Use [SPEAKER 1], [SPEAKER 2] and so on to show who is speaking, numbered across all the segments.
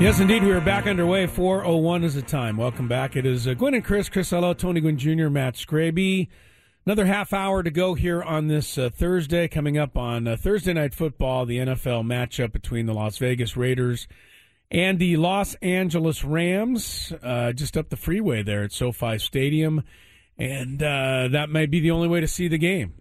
[SPEAKER 1] Yes, indeed. We are back underway. 4.01 is the time. Welcome back. It is uh, Gwen and Chris, Chris Ello, Tony Gwynn Jr., Matt Scraby. Another half hour to go here on this uh, Thursday. Coming up on uh, Thursday Night Football, the NFL matchup between the Las Vegas Raiders and the Los Angeles Rams, uh, just up the freeway there at SoFi Stadium. And uh, that may be the only way to see the game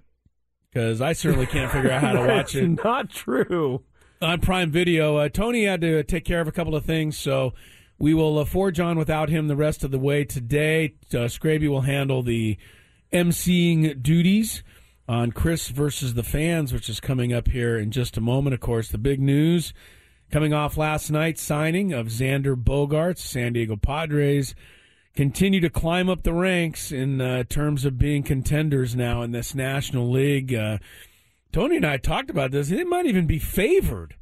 [SPEAKER 1] because I certainly can't figure out how to watch it
[SPEAKER 2] That's not true.
[SPEAKER 1] on Prime Video. Uh, Tony had to take care of a couple of things, so we will uh, forge on without him the rest of the way today. Uh, Scraby will handle the emceeing duties on Chris versus the fans, which is coming up here in just a moment. Of course, the big news coming off last night's signing of Xander Bogarts, San Diego Padres. Continue to climb up the ranks in uh, terms of being contenders now in this National League. Uh, Tony and I talked about this. They might even be favored.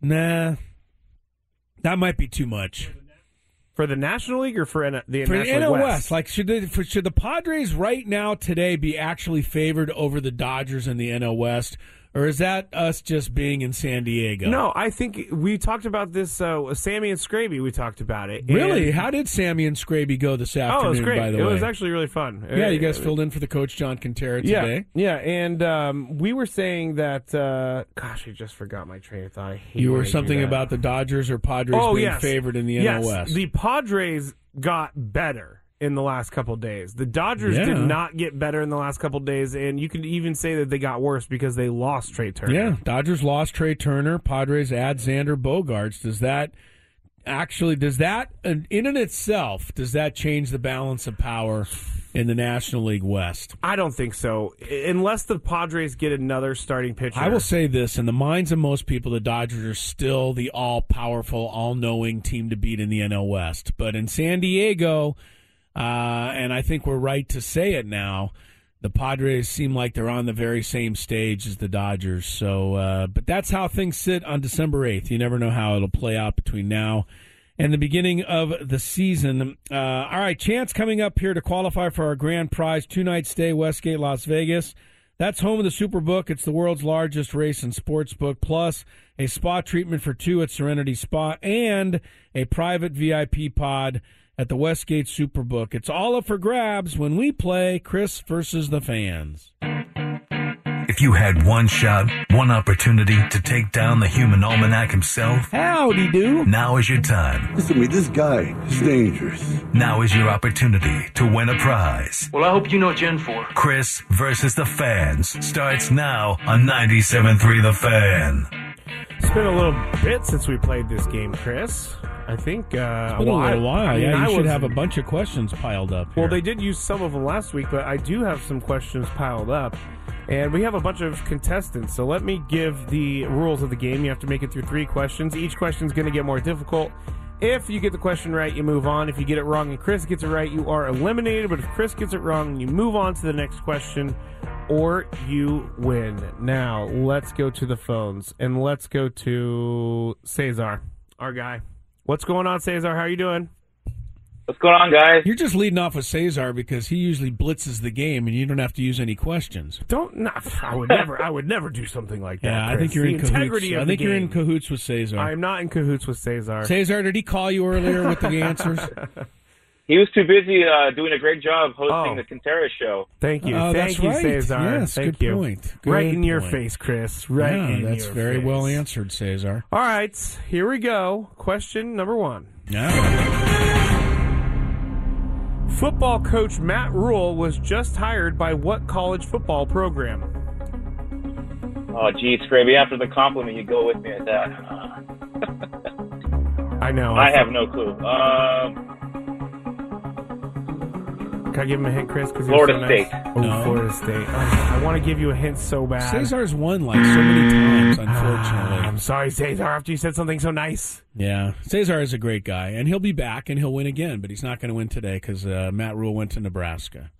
[SPEAKER 1] Nah, that might be too much
[SPEAKER 2] For the National League or for N- the
[SPEAKER 1] for the
[SPEAKER 2] National
[SPEAKER 1] NL West.
[SPEAKER 2] League West?
[SPEAKER 1] Like, should the for, should the Padres right now today be actually favored over the Dodgers in the NL West, or is that us just being in San Diego?
[SPEAKER 2] no, I think we talked about this. Uh, with Sammy and Scraby, we talked about it.
[SPEAKER 1] really.
[SPEAKER 2] And-
[SPEAKER 1] How did Sammy and Scraby go this afternoon?
[SPEAKER 2] oh, it was great.
[SPEAKER 1] By the
[SPEAKER 2] it
[SPEAKER 1] way,
[SPEAKER 2] was actually really fun.
[SPEAKER 1] yeah, you
[SPEAKER 2] Uh,
[SPEAKER 1] guys filled in for the coach John Quintero
[SPEAKER 2] yeah,
[SPEAKER 1] today.
[SPEAKER 2] Yeah, and um, we were saying that. Uh, gosh, I just forgot my train of thought. I hate
[SPEAKER 1] You
[SPEAKER 2] when
[SPEAKER 1] were
[SPEAKER 2] I do
[SPEAKER 1] something
[SPEAKER 2] that.
[SPEAKER 1] about the Dodgers or Padres
[SPEAKER 2] oh,
[SPEAKER 1] being
[SPEAKER 2] yes.
[SPEAKER 1] favored in the NL
[SPEAKER 2] yes.
[SPEAKER 1] West.
[SPEAKER 2] The Padres got better in the last couple days. The Dodgers
[SPEAKER 1] Yeah.
[SPEAKER 2] did not get better in the last couple days, and you could even say that they got worse because they lost Trey Turner.
[SPEAKER 1] Yeah, Dodgers lost Trey Turner. Padres add Xander Bogarts. Does that actually does that in and of itself does that change the balance of power in the National League West?
[SPEAKER 2] I don't think so. I- Unless the Padres get another starting pitcher.
[SPEAKER 1] I will say this: in the minds of most people, the Dodgers are still the all-powerful, all-knowing team to beat in the NL West. But in San Diego, uh, and I think we're right to say it now, the Padres seem like they're on the very same stage as the Dodgers. So, uh, but that's how things sit on December eighth. You never know how it'll play out between now and the beginning of the season. Uh, all right, chance coming up here to qualify for our grand prize two night stay Westgate Las Vegas. That's home of the Superbook. It's the world's largest race and sports book, plus a spa treatment for two at Serenity Spa and a private VIP pod at the Westgate Superbook. It's all up for grabs when we play Chris versus the fans.
[SPEAKER 3] If you had one shot, one opportunity to take down the human almanac himself,
[SPEAKER 1] Howdy do.
[SPEAKER 3] now is your time.
[SPEAKER 4] Listen to me, this guy is dangerous.
[SPEAKER 3] Now is your opportunity to win a prize.
[SPEAKER 5] Well, I hope you know what you're in for.
[SPEAKER 3] Chris versus the fans starts now on 97.3 The Fan.
[SPEAKER 2] It's been a little bit since we played this game, Chris. I think. Uh,
[SPEAKER 1] Been a
[SPEAKER 2] well, I-
[SPEAKER 1] little while.
[SPEAKER 2] I mean,
[SPEAKER 1] yeah,
[SPEAKER 2] I
[SPEAKER 1] you should
[SPEAKER 2] was-
[SPEAKER 1] have a bunch of questions piled up.
[SPEAKER 2] Well,
[SPEAKER 1] here.
[SPEAKER 2] they did use some of them last week, but I do have some questions piled up. And we have a bunch of contestants, so let me give the rules of the game. You have to make it through three questions. Each question's going to get more difficult. If you get the question right, you move on. If you get it wrong and Chris gets it right, you are eliminated. But if Chris gets it wrong, you move on to the next question or you win. Now, let's go to the phones and let's go to Cesar, our guy. What's going on, Cesar? How are you doing?
[SPEAKER 5] What's going on, guys?
[SPEAKER 1] You're just leading off with Cesar because he usually blitzes the game and you don't have to use any questions.
[SPEAKER 2] Don't not. I would never. I would never do something like that.
[SPEAKER 1] Yeah, I
[SPEAKER 2] Chris.
[SPEAKER 1] think you're
[SPEAKER 2] the
[SPEAKER 1] in
[SPEAKER 2] integrity
[SPEAKER 1] cahoots.
[SPEAKER 2] of
[SPEAKER 1] I
[SPEAKER 2] the
[SPEAKER 1] think you're in
[SPEAKER 2] game.
[SPEAKER 1] cahoots with Cesar.
[SPEAKER 2] I am not in cahoots with Cesar.
[SPEAKER 1] Cesar, did he call you earlier with the answers?
[SPEAKER 5] He was too busy uh, doing a great job hosting
[SPEAKER 2] Oh.
[SPEAKER 5] the Quintero show.
[SPEAKER 2] Thank you.
[SPEAKER 1] Oh,
[SPEAKER 2] Thank
[SPEAKER 1] that's
[SPEAKER 2] you,
[SPEAKER 1] right.
[SPEAKER 2] Cesar.
[SPEAKER 1] Yes,
[SPEAKER 2] Thank
[SPEAKER 1] good
[SPEAKER 2] you.
[SPEAKER 1] point.
[SPEAKER 2] right
[SPEAKER 1] Good
[SPEAKER 2] in your
[SPEAKER 1] point.
[SPEAKER 2] face, Chris. Right
[SPEAKER 1] Yeah,
[SPEAKER 2] in
[SPEAKER 1] that's
[SPEAKER 2] your
[SPEAKER 1] very
[SPEAKER 2] face.
[SPEAKER 1] well answered, Cesar.
[SPEAKER 2] All right, here we go. Question number one.
[SPEAKER 1] Yeah.
[SPEAKER 2] Football coach Matt Rule was just hired by what college football program?
[SPEAKER 5] Oh, geez, Scraby, after the compliment, you go with me at that. Uh,
[SPEAKER 2] I know.
[SPEAKER 5] I have no clue. Um,
[SPEAKER 2] Can I give him a hint, Chris? 'Cause he was
[SPEAKER 5] Florida
[SPEAKER 2] so nice.
[SPEAKER 5] State.
[SPEAKER 2] Oh,
[SPEAKER 1] No.
[SPEAKER 2] Florida State. Oh, I want to give you a hint so bad.
[SPEAKER 1] Cesar's won like so many times,
[SPEAKER 2] Ah, I'm
[SPEAKER 1] unfortunately.
[SPEAKER 2] sorry, Cesar. After you said something so nice.
[SPEAKER 1] yeah, Cesar is a great guy, and he'll be back and he'll win again, but he's not going to win today because uh, Matt Rule went to Nebraska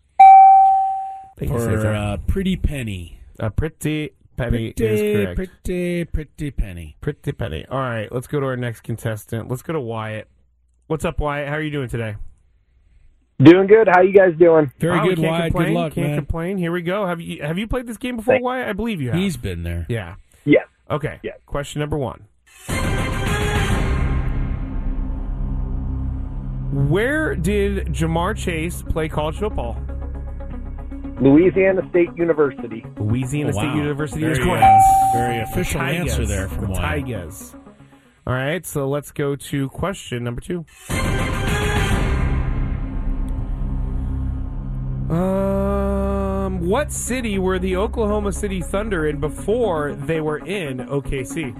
[SPEAKER 2] Thank you,
[SPEAKER 1] for
[SPEAKER 2] Cesar.
[SPEAKER 1] a pretty penny.
[SPEAKER 2] uh, a pretty penny is
[SPEAKER 1] Pretty,
[SPEAKER 2] correct.
[SPEAKER 1] pretty, pretty penny.
[SPEAKER 2] Pretty penny. All right, let's go to our next contestant. Let's go to Wyatt. What's up, Wyatt? How are you doing today?
[SPEAKER 6] Doing good. How you guys doing?
[SPEAKER 1] Very
[SPEAKER 2] Wow, we
[SPEAKER 1] good,
[SPEAKER 2] can't
[SPEAKER 1] Wyatt. Good
[SPEAKER 2] complain,
[SPEAKER 1] luck,
[SPEAKER 2] can't
[SPEAKER 1] man.
[SPEAKER 2] complain. Here we go. Have you have you played this game before, Wyatt? I believe you have.
[SPEAKER 1] He's been there.
[SPEAKER 2] yeah.
[SPEAKER 6] Yeah.
[SPEAKER 2] Okay.
[SPEAKER 6] Yeah.
[SPEAKER 2] Question number one. Where did Jamar Chase play college football?
[SPEAKER 6] Louisiana State University.
[SPEAKER 2] Louisiana
[SPEAKER 1] Oh, wow.
[SPEAKER 2] State University
[SPEAKER 1] very,
[SPEAKER 2] is
[SPEAKER 1] uh,
[SPEAKER 2] correct.
[SPEAKER 1] very official
[SPEAKER 2] Tigers.
[SPEAKER 1] answer there from
[SPEAKER 2] the
[SPEAKER 1] Wyatt.
[SPEAKER 2] Tigers. All right, so let's go to question number two. Um, what city were the Oklahoma City Thunder in before they were in OKC?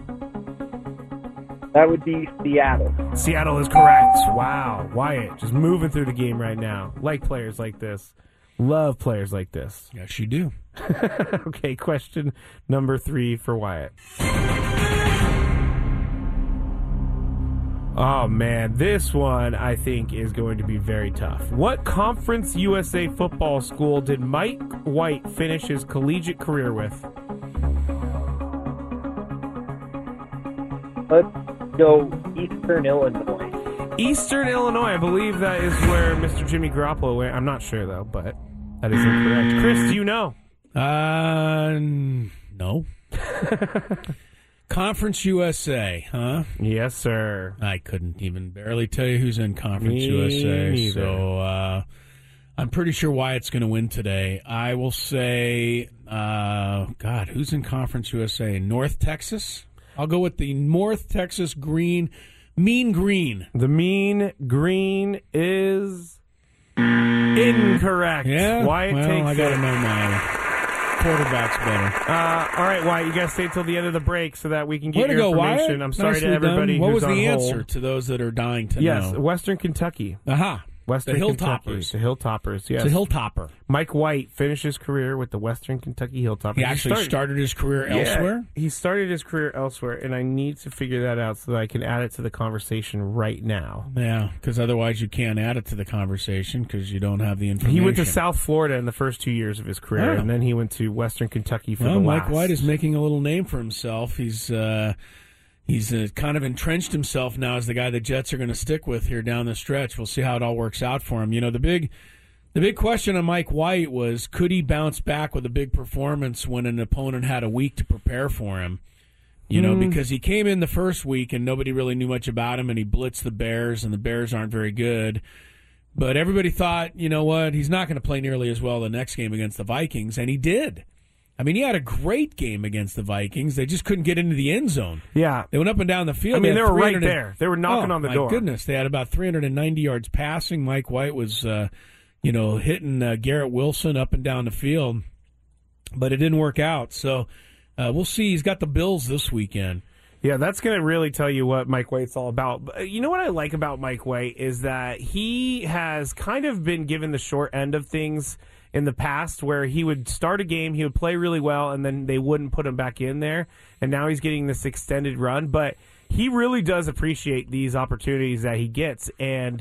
[SPEAKER 6] That would be Seattle.
[SPEAKER 2] Seattle is correct. Wow, Wyatt, just moving through the game right now. Like players like this, love players like this.
[SPEAKER 1] Yes, you do.
[SPEAKER 2] okay, question number three for Wyatt. Oh man, this one I think is going to be very tough. What conference USA football school did Mike White finish his collegiate career with?
[SPEAKER 6] Let's go Eastern Illinois.
[SPEAKER 2] Eastern Illinois. I believe that is where Mr. Jimmy Garoppolo went. I'm not sure though, but that is incorrect. Chris, do you know?
[SPEAKER 1] Uh, n- no. Conference USA, huh?
[SPEAKER 2] Yes, sir.
[SPEAKER 1] I couldn't even barely tell you who's in Conference
[SPEAKER 2] Me
[SPEAKER 1] USA.
[SPEAKER 2] neither.
[SPEAKER 1] So uh, I'm pretty sure Wyatt's going to win today. I will say, uh, God, who's in Conference USA? North Texas. I'll go with the North Texas Green, Mean Green.
[SPEAKER 2] The mean green is incorrect.
[SPEAKER 1] Yeah,
[SPEAKER 2] Wyatt
[SPEAKER 1] well,
[SPEAKER 2] takes
[SPEAKER 1] I got to
[SPEAKER 2] it.
[SPEAKER 1] know my quarterback's better.
[SPEAKER 2] Uh, all right, Wyatt, you got to stay till the end of the break so that we can get
[SPEAKER 1] Way to
[SPEAKER 2] your
[SPEAKER 1] go, Wyatt!
[SPEAKER 2] information. I'm sorry
[SPEAKER 1] Nicely
[SPEAKER 2] to everybody
[SPEAKER 1] Done. What was
[SPEAKER 2] who's
[SPEAKER 1] the
[SPEAKER 2] on
[SPEAKER 1] answer
[SPEAKER 2] hold.
[SPEAKER 1] to those that are dying to
[SPEAKER 2] Yes,
[SPEAKER 1] know?
[SPEAKER 2] Western Kentucky.
[SPEAKER 1] Aha! the
[SPEAKER 2] Western Kentucky.
[SPEAKER 1] Hilltoppers.
[SPEAKER 2] The Hilltoppers, yes.
[SPEAKER 1] The Hilltopper.
[SPEAKER 2] Mike White finished his career with the Western Kentucky Hilltoppers.
[SPEAKER 1] He actually started, his career
[SPEAKER 2] Yeah,
[SPEAKER 1] elsewhere.
[SPEAKER 2] He started his career elsewhere, and I need to figure that out so that I can add it to the conversation right now.
[SPEAKER 1] Yeah, because otherwise you can't add it to the conversation because you don't have the information.
[SPEAKER 2] He went to South Florida in the first two years of his career,
[SPEAKER 1] Oh.
[SPEAKER 2] and then he went to Western Kentucky for
[SPEAKER 1] Well,
[SPEAKER 2] the
[SPEAKER 1] Mike
[SPEAKER 2] last.
[SPEAKER 1] White is making a little name for himself. He's uh, he's uh, kind of entrenched himself now as the guy the Jets are going to stick with here down the stretch. We'll see how it all works out for him. You know, the big the big question on Mike White was could he bounce back with a big performance when an opponent had a week to prepare for him. You know, because he came in the first week and nobody really knew much about him, and he blitzed the Bears, and the Bears aren't very good. But everybody thought, you know what, he's not going to play nearly as well the next game against the Vikings, and he did. I mean, he had a great game against the Vikings. They just couldn't get into the end zone.
[SPEAKER 2] Yeah,
[SPEAKER 1] They went up and down the field.
[SPEAKER 2] I mean,
[SPEAKER 1] had
[SPEAKER 2] they were right
[SPEAKER 1] 300 and-
[SPEAKER 2] there. They were knocking
[SPEAKER 1] Oh,
[SPEAKER 2] on the
[SPEAKER 1] my
[SPEAKER 2] door.
[SPEAKER 1] Goodness, they had about 390 yards passing. Mike White was, uh, you know, hitting uh, Garrett Wilson up and down the field, but it didn't work out. So uh, we'll see. He's got the Bills this weekend.
[SPEAKER 2] Yeah, that's going to really tell you what Mike White's all about. But uh, you know what I like about Mike White is that he has kind of been given the short end of things in the past where he would start a game, he would play really well, and then they wouldn't put him back in there. And now he's getting this extended run. But he really does appreciate these opportunities that he gets. And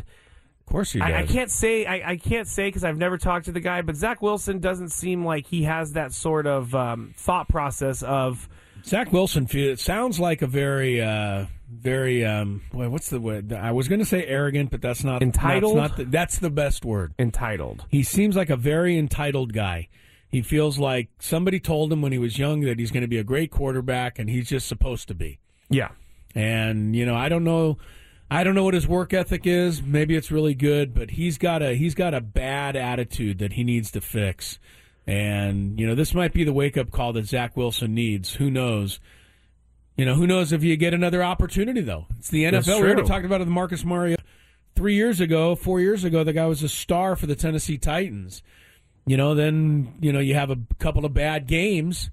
[SPEAKER 1] Of course, he does.
[SPEAKER 2] I, I can't say I, I can't say because I've never talked to the guy, but Zach Wilson doesn't seem like he has that sort of um, thought process of
[SPEAKER 1] Zach Wilson. fe- It sounds like a very, uh, very. Um, boy, what's the word? I was going to say arrogant, but that's not
[SPEAKER 2] Entitled?
[SPEAKER 1] That's, not the, that's the best word.
[SPEAKER 2] entitled.
[SPEAKER 1] He seems like a very entitled guy. He feels like somebody told him when he was young that he's going to be a great quarterback, and he's just supposed to be.
[SPEAKER 2] Yeah.
[SPEAKER 1] And you know, I don't know. I don't know what his work ethic is. Maybe it's really good, but he's got a he's got a bad attitude that he needs to fix. And you know, this might be the wake up call that Zach Wilson needs. Who knows? You know, who knows if you get another opportunity though? It's the
[SPEAKER 2] That's
[SPEAKER 1] NFL. We already
[SPEAKER 2] true.
[SPEAKER 1] talked about it with Marcus Mario three years ago, four years ago. The guy was a star for the Tennessee Titans. You know, then you know you have a couple of bad games.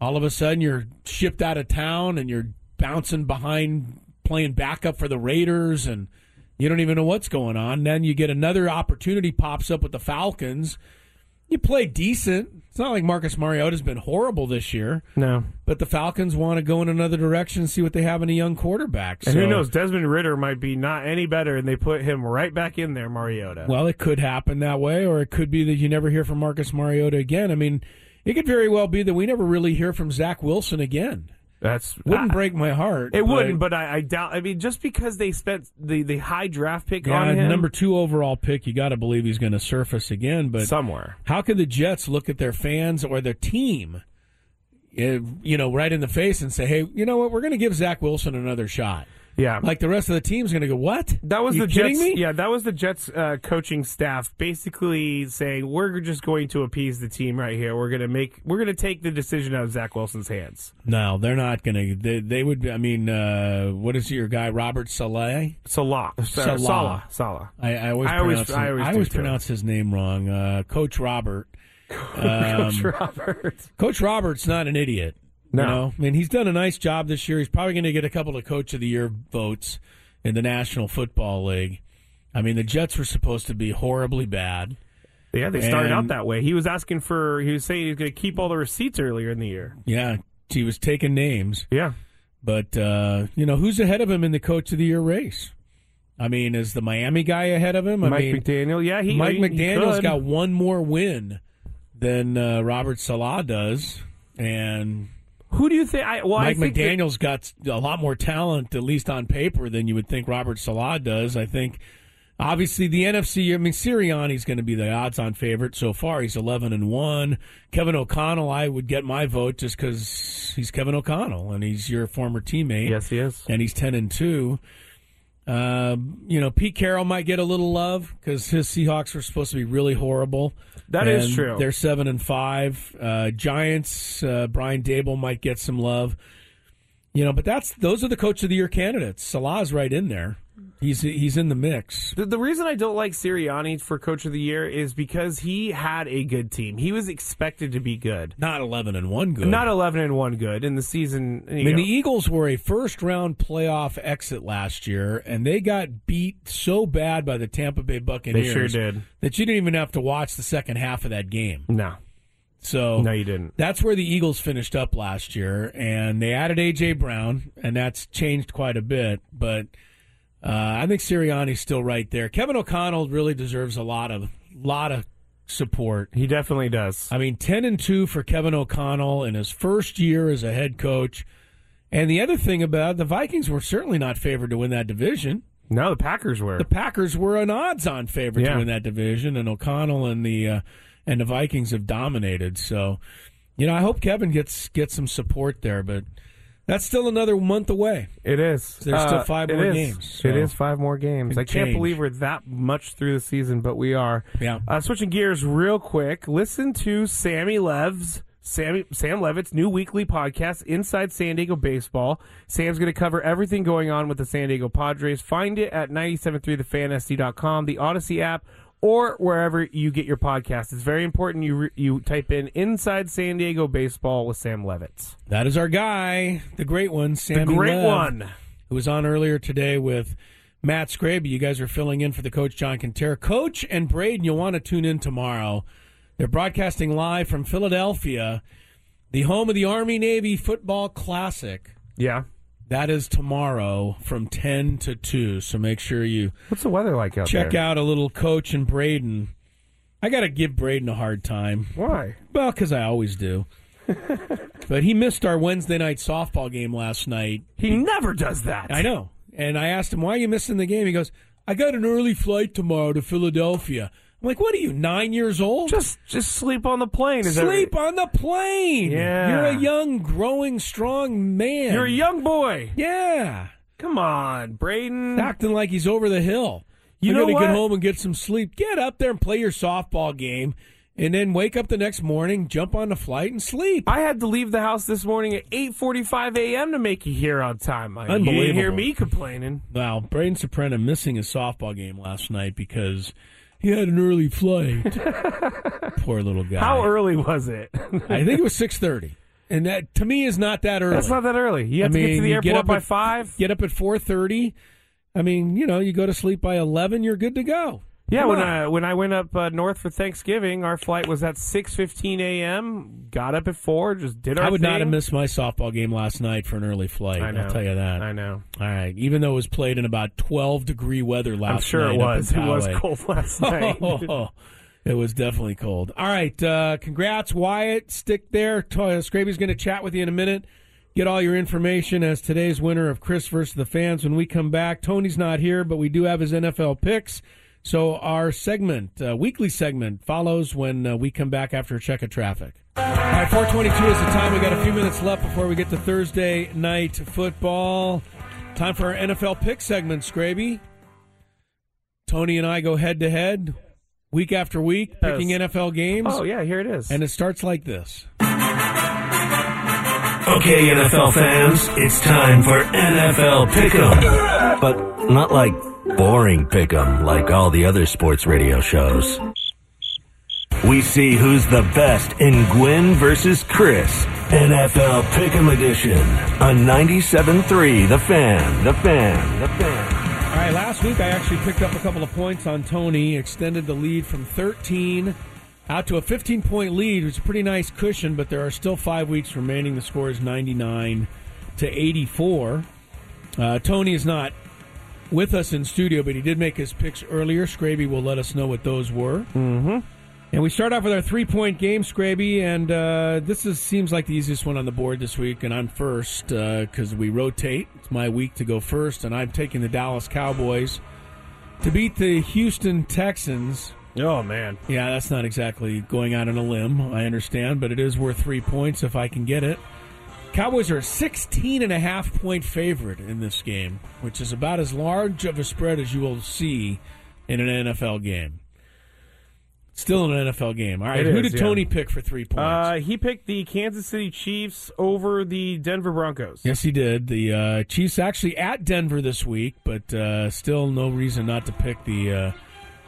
[SPEAKER 1] All of a sudden, you're shipped out of town and you're bouncing behind playing backup for the Raiders, and you don't even know what's going on. Then you get another opportunity pops up with the Falcons. You play decent. It's not like Marcus Mariota's been horrible this year,
[SPEAKER 2] No.
[SPEAKER 1] but the Falcons want to go in another direction and see what they have in a young quarterback.
[SPEAKER 2] And who
[SPEAKER 1] So-
[SPEAKER 2] knows? Desmond Ritter might be not any better, and they put him right back in there, Mariota.
[SPEAKER 1] Well, it could happen that way, or it could be that you never hear from Marcus Mariota again. I mean, it could very well be that we never really hear from Zach Wilson again.
[SPEAKER 2] That's
[SPEAKER 1] Wouldn't
[SPEAKER 2] I-
[SPEAKER 1] break my heart.
[SPEAKER 2] It wouldn't, but I, I doubt. I mean, just because they spent the, the high draft pick
[SPEAKER 1] yeah,
[SPEAKER 2] on him
[SPEAKER 1] number two overall pick, you got to believe he's going to surface again. But
[SPEAKER 2] somewhere.
[SPEAKER 1] how could the Jets look at their fans or their team, eh, you know, right in the face and say, "Hey, you know what? We're going to give Zach Wilson another shot."
[SPEAKER 2] Yeah,
[SPEAKER 1] Like the rest of the team's going to go, "What?
[SPEAKER 2] That was
[SPEAKER 1] You
[SPEAKER 2] the
[SPEAKER 1] kidding
[SPEAKER 2] Jets.
[SPEAKER 1] me?
[SPEAKER 2] Yeah, that was the Jets uh, coaching staff basically saying we're just going to appease the team right here. We're gonna make we're gonna take the decision out of Zach Wilson's hands.
[SPEAKER 1] No, they're not going to. They, they would. I mean, uh, what is your guy, Robert Saleh?
[SPEAKER 2] Salah,
[SPEAKER 1] Salah.
[SPEAKER 2] Sorry, Salah, Salah.
[SPEAKER 1] I, I always
[SPEAKER 2] I
[SPEAKER 1] pronounce
[SPEAKER 2] always-
[SPEAKER 1] his,
[SPEAKER 2] I always do, too.
[SPEAKER 1] pronounce his name wrong. Uh, Coach Robert. Uh, Um,
[SPEAKER 2] Coach Robert.
[SPEAKER 1] Coach Robert's not an idiot.
[SPEAKER 2] No.
[SPEAKER 1] You know? I mean, he's done a nice job this year. He's probably going to get a couple of Coach of the Year votes in the National Football League. I mean, the Jets were supposed to be horribly bad.
[SPEAKER 2] Yeah, they started out
[SPEAKER 1] And-
[SPEAKER 2] that way. He was asking for. He was saying he's gonna keep all the receipts earlier in the year.
[SPEAKER 1] Yeah, he was taking names.
[SPEAKER 2] Yeah,
[SPEAKER 1] But, uh, you know, who's ahead of him in the Coach of the Year race? I mean, is the Miami guy ahead of him? I
[SPEAKER 2] Mike
[SPEAKER 1] mean,
[SPEAKER 2] McDaniel. Yeah, he
[SPEAKER 1] Mike
[SPEAKER 2] he- he
[SPEAKER 1] McDaniel's
[SPEAKER 2] could.
[SPEAKER 1] got one more win than uh, Robert Salah does, and
[SPEAKER 2] Who do you think? I, well,
[SPEAKER 1] Mike
[SPEAKER 2] I think that-
[SPEAKER 1] McDaniel's got a lot more talent, at least on paper, than you would think Robert Salah does. I think, obviously, the NFC. I mean, Sirianni's going to be the odds-on favorite so far. He's eleven and one. Kevin O'Connell, I would get my vote just because he's Kevin O'Connell and he's your former teammate
[SPEAKER 2] yes, he is.
[SPEAKER 1] and he's ten and two. Um, you know, Pete Carroll might get a little love because his Seahawks were supposed to be really horrible.
[SPEAKER 2] That is
[SPEAKER 1] And
[SPEAKER 2] true.
[SPEAKER 1] They're seven and five. Uh, Giants. Uh, Brian Dable might get some love. You know, but that's those are the coach of the year candidates. Salah's right in there. He's he's in the mix.
[SPEAKER 2] The, the reason I don't like Sirianni for Coach of the Year is because he had a good team. He was expected to be good,
[SPEAKER 1] Not eleven and one good. E-
[SPEAKER 2] not eleven and one good in the season. you
[SPEAKER 1] I mean,
[SPEAKER 2] know.
[SPEAKER 1] the Eagles were a first round playoff exit last year, and they got beat so bad by the Tampa Bay Buccaneers.
[SPEAKER 2] sure did.
[SPEAKER 1] That you didn't even have to watch the second half of that game.
[SPEAKER 2] no,
[SPEAKER 1] So
[SPEAKER 2] no, you didn't.
[SPEAKER 1] that's where the Eagles finished up last year, and they added A.J. Brown, and that's changed quite a bit. But uh, I think Sirianni's still right there. Kevin O'Connell really deserves a lot of lot of support.
[SPEAKER 2] He definitely does.
[SPEAKER 1] I mean, ten and two for Kevin O'Connell in his first year as a head coach. And the other thing about it, the Vikings were certainly not favored to win that division.
[SPEAKER 2] No, the Packers were.
[SPEAKER 1] The Packers were an odds-on favorite to
[SPEAKER 2] Yeah.
[SPEAKER 1] win that division, and O'Connell and the uh, and the Vikings have dominated. So, you know, I hope Kevin gets gets some support there, but that's still another month away.
[SPEAKER 2] It is.
[SPEAKER 1] There's still
[SPEAKER 2] Uh,
[SPEAKER 1] five
[SPEAKER 2] it
[SPEAKER 1] more
[SPEAKER 2] is.
[SPEAKER 1] games, so-
[SPEAKER 2] It is five more games.
[SPEAKER 1] Can
[SPEAKER 2] I can't
[SPEAKER 1] change.
[SPEAKER 2] believe we're that much through the season, but we are.
[SPEAKER 1] Yeah.
[SPEAKER 2] Uh, switching gears real quick. Listen to Sammy Lev's Sammy Sam Levitt's new weekly podcast, Inside San Diego Baseball. Sam's going to cover everything going on with the San Diego Padres. Find it at 973thefansd.com, the Odyssey app, or wherever you get your podcast. It's very important you re- you type in Inside San Diego Baseball with Sam Levitt.
[SPEAKER 1] That is our guy, the great one, Sammy.
[SPEAKER 2] The great
[SPEAKER 1] Lev.
[SPEAKER 2] one.
[SPEAKER 1] who was on earlier today with Matt Scraby. You guys are filling in for the coach, John Quintero. Coach and Braden, you'll want to tune in tomorrow. They're broadcasting live from Philadelphia, the home of the Army Navy Football Classic.
[SPEAKER 2] Yeah.
[SPEAKER 1] That is tomorrow from 10 to 2. So make sure you
[SPEAKER 2] What's the weather like out
[SPEAKER 1] check
[SPEAKER 2] there?
[SPEAKER 1] out a little coach and Braden. I got to give Braden a hard time.
[SPEAKER 2] Why?
[SPEAKER 1] Well, because I always do. but he missed our Wednesday night softball game last night
[SPEAKER 2] He never does that.
[SPEAKER 1] I know. And I asked him, why are you missing the game? He goes, I got an early flight tomorrow to Philadelphia. I'm like, what are you, nine years old?
[SPEAKER 2] Just just sleep on the plane. Is
[SPEAKER 1] Sleep on the plane.
[SPEAKER 2] Yeah.
[SPEAKER 1] You're a young, growing, strong man.
[SPEAKER 2] That, you're a young boy.
[SPEAKER 1] Yeah.
[SPEAKER 2] Come on, Braden.
[SPEAKER 1] acting like he's over the hill. Hmm. You
[SPEAKER 2] know
[SPEAKER 1] know, to
[SPEAKER 2] what?
[SPEAKER 1] get home and get some sleep. Get up there and play your softball game, and then wake up the next morning, jump on the flight, and sleep.
[SPEAKER 2] I had to leave the house this morning at 8:45 a.m. to make you here on time. I, You didn't hear
[SPEAKER 1] Unbelievable.
[SPEAKER 2] me complaining.
[SPEAKER 1] Wow, Braden Soprano missing his softball game last night because he had an early flight. Poor little guy.
[SPEAKER 2] How early was it?
[SPEAKER 1] I think it was six thirty, and that to me is not that early.
[SPEAKER 2] That's not that early. You
[SPEAKER 1] I
[SPEAKER 2] have to get to
[SPEAKER 1] mean,
[SPEAKER 2] the
[SPEAKER 1] you
[SPEAKER 2] airport
[SPEAKER 1] get up
[SPEAKER 2] by
[SPEAKER 1] at-
[SPEAKER 2] five.
[SPEAKER 1] Get up at four thirty. I mean, you know, you go to sleep by eleven, you're good to go.
[SPEAKER 2] Yeah,
[SPEAKER 1] Come
[SPEAKER 2] when
[SPEAKER 1] on.
[SPEAKER 2] I, when I went up uh, north for Thanksgiving, our flight was at six fifteen a.m. Got up at four, just did our.
[SPEAKER 1] I would not have
[SPEAKER 2] thing.
[SPEAKER 1] missed my softball game last night for an early flight.
[SPEAKER 2] I know.
[SPEAKER 1] will tell you that.
[SPEAKER 2] I know.
[SPEAKER 1] All right, even though it was played in about 12 degree weather last night.
[SPEAKER 2] I'm sure it
[SPEAKER 1] up in
[SPEAKER 2] was. It was
[SPEAKER 1] Poway.
[SPEAKER 2] cold last night.
[SPEAKER 1] Oh, it was definitely cold. All right, uh, congrats, Wyatt. Stick there. Toy- Scraby's going to chat with you in a minute. Get all your information as today's winner of Chris versus the fans when we come back. Tony's not here, but we do have his NFL picks. So our segment, uh, weekly segment, follows when uh, we come back after a check of traffic. All right, 422 is the time. We got a few minutes left before we get to Thursday night football. Time for our NFL pick segment, Scraby. Tony and I go head to head, week after week, picking NFL games.
[SPEAKER 2] Oh yeah, here it is.
[SPEAKER 1] And it starts like this.
[SPEAKER 3] Okay, NFL fans, it's time for NFL Pick'em. But not like boring Pick'em like all the other sports radio shows. We see who's the best in Gwen versus Chris. NFL Pick'em Edition on 97.3 The Fan, The Fan, The Fan.
[SPEAKER 1] All right, last week I actually picked up a couple of points on Tony, extended the lead from 13 out to a 15 point lead, which is a pretty nice cushion, but there are still five weeks remaining. The score is 99 to 84. Uh, Tony is not with us in studio, but he did make his picks earlier. Scraby will let us know what those were. Mm-hmm. And we start off with our three point game, Scraby, and uh, this is seems like the easiest one on the board this week. And I'm first because we rotate. It's my week to go first, and I'm taking the Dallas Cowboys to beat the Houston Texans.
[SPEAKER 2] oh man,
[SPEAKER 1] Yeah, that's not exactly going out on a limb, I understand, but it is worth three points if I can get it. Cowboys are a 16 and a half point favorite in this game, which is about as large of a spread as you will see in an NFL game. Still an NFL game. All right,
[SPEAKER 2] It
[SPEAKER 1] who
[SPEAKER 2] is,
[SPEAKER 1] did
[SPEAKER 2] yeah.
[SPEAKER 1] Tony pick for three points?
[SPEAKER 2] uh, he picked the Kansas City Chiefs over the Denver Broncos.
[SPEAKER 1] yes, he did. The uh, Chiefs actually at Denver this week, but uh, still no reason not to pick the uh,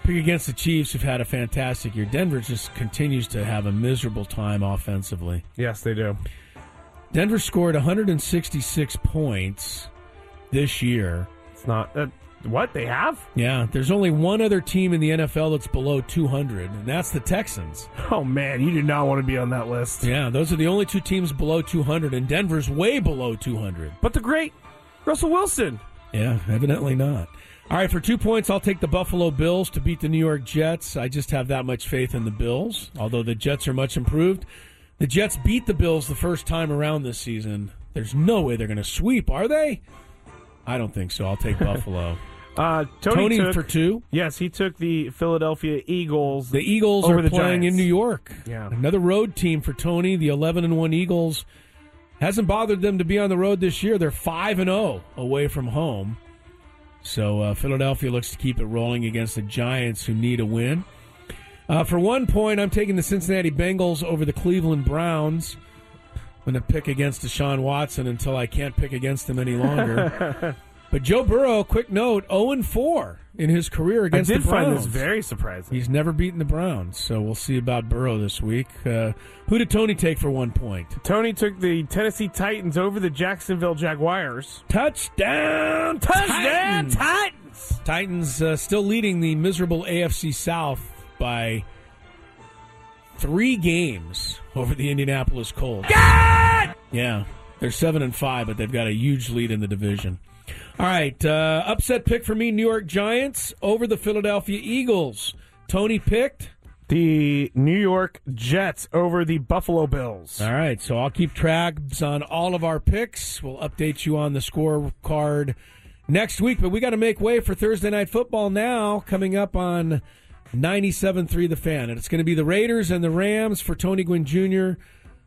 [SPEAKER 1] pick against the Chiefs, who've had a fantastic year. Denver just continues to have a miserable time offensively.
[SPEAKER 2] Yes, they do.
[SPEAKER 1] Denver scored 166 points this year.
[SPEAKER 2] It's not that. What they have?
[SPEAKER 1] Yeah, there's only one other team in the NFL that's below 200, and that's the Texans.
[SPEAKER 2] Oh man, you do not want to be on that list.
[SPEAKER 1] Yeah, those are the only two teams below 200, and Denver's way below 200.
[SPEAKER 2] But the great Russell Wilson.
[SPEAKER 1] Yeah, evidently not. All right, for two points, I'll take the Buffalo Bills to beat the New York Jets. I just have that much faith in the Bills, although the Jets are much improved. The Jets beat the Bills the first time around this season. There's no way they're going to sweep, are they? I don't think so. I'll take Buffalo.
[SPEAKER 2] Uh,
[SPEAKER 1] Tony,
[SPEAKER 2] Tony, took,
[SPEAKER 1] for two.
[SPEAKER 2] Yes, he took the Philadelphia Eagles.
[SPEAKER 1] The Eagles
[SPEAKER 2] Over
[SPEAKER 1] are
[SPEAKER 2] the
[SPEAKER 1] playing
[SPEAKER 2] Giants.
[SPEAKER 1] in New York.
[SPEAKER 2] Yeah.
[SPEAKER 1] Another road team for Tony. The 11 and 1 Eagles hasn't bothered them to be on the road this year. They're 5 and 0 away from home. So uh, Philadelphia looks to keep it rolling against the Giants who need a win. Uh, for one point, I'm taking the Cincinnati Bengals over the Cleveland Browns. I'm going to pick against Deshaun Watson until I can't pick against him any longer. but Joe Burrow, quick note, 0 4 in his career
[SPEAKER 2] I
[SPEAKER 1] against
[SPEAKER 2] did
[SPEAKER 1] the Browns.
[SPEAKER 2] find this very surprising.
[SPEAKER 1] He's never beaten the Browns, so we'll see about Burrow this week. Uh, who did Tony take for one point?
[SPEAKER 2] Tony took the Tennessee Titans over the Jacksonville Jaguars.
[SPEAKER 1] Touchdown!
[SPEAKER 2] Touchdown
[SPEAKER 1] Titans!
[SPEAKER 2] Titans!
[SPEAKER 1] Titans uh, still leading the miserable AFC South by three games over the Indianapolis Colts. Yeah, they're seven and five, but they've got a huge lead in the division. All right, uh, upset pick for me: New York Giants over the Philadelphia Eagles. Tony picked.
[SPEAKER 2] The New York Jets over the Buffalo Bills.
[SPEAKER 1] All right, so I'll keep tabs on all of our picks. We'll update you on the scorecard next week, but we got to make way for Thursday night football now coming up on 97.3 The Fan. And it's going to be the Raiders and the Rams for Tony Gwynn Jr.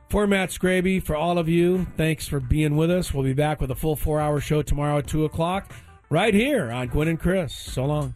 [SPEAKER 1] For Matt Scraby, for all of you, thanks for being with us. We'll be back with a full four hour show tomorrow at 2 o'clock right here on Gwen and Chris. So long.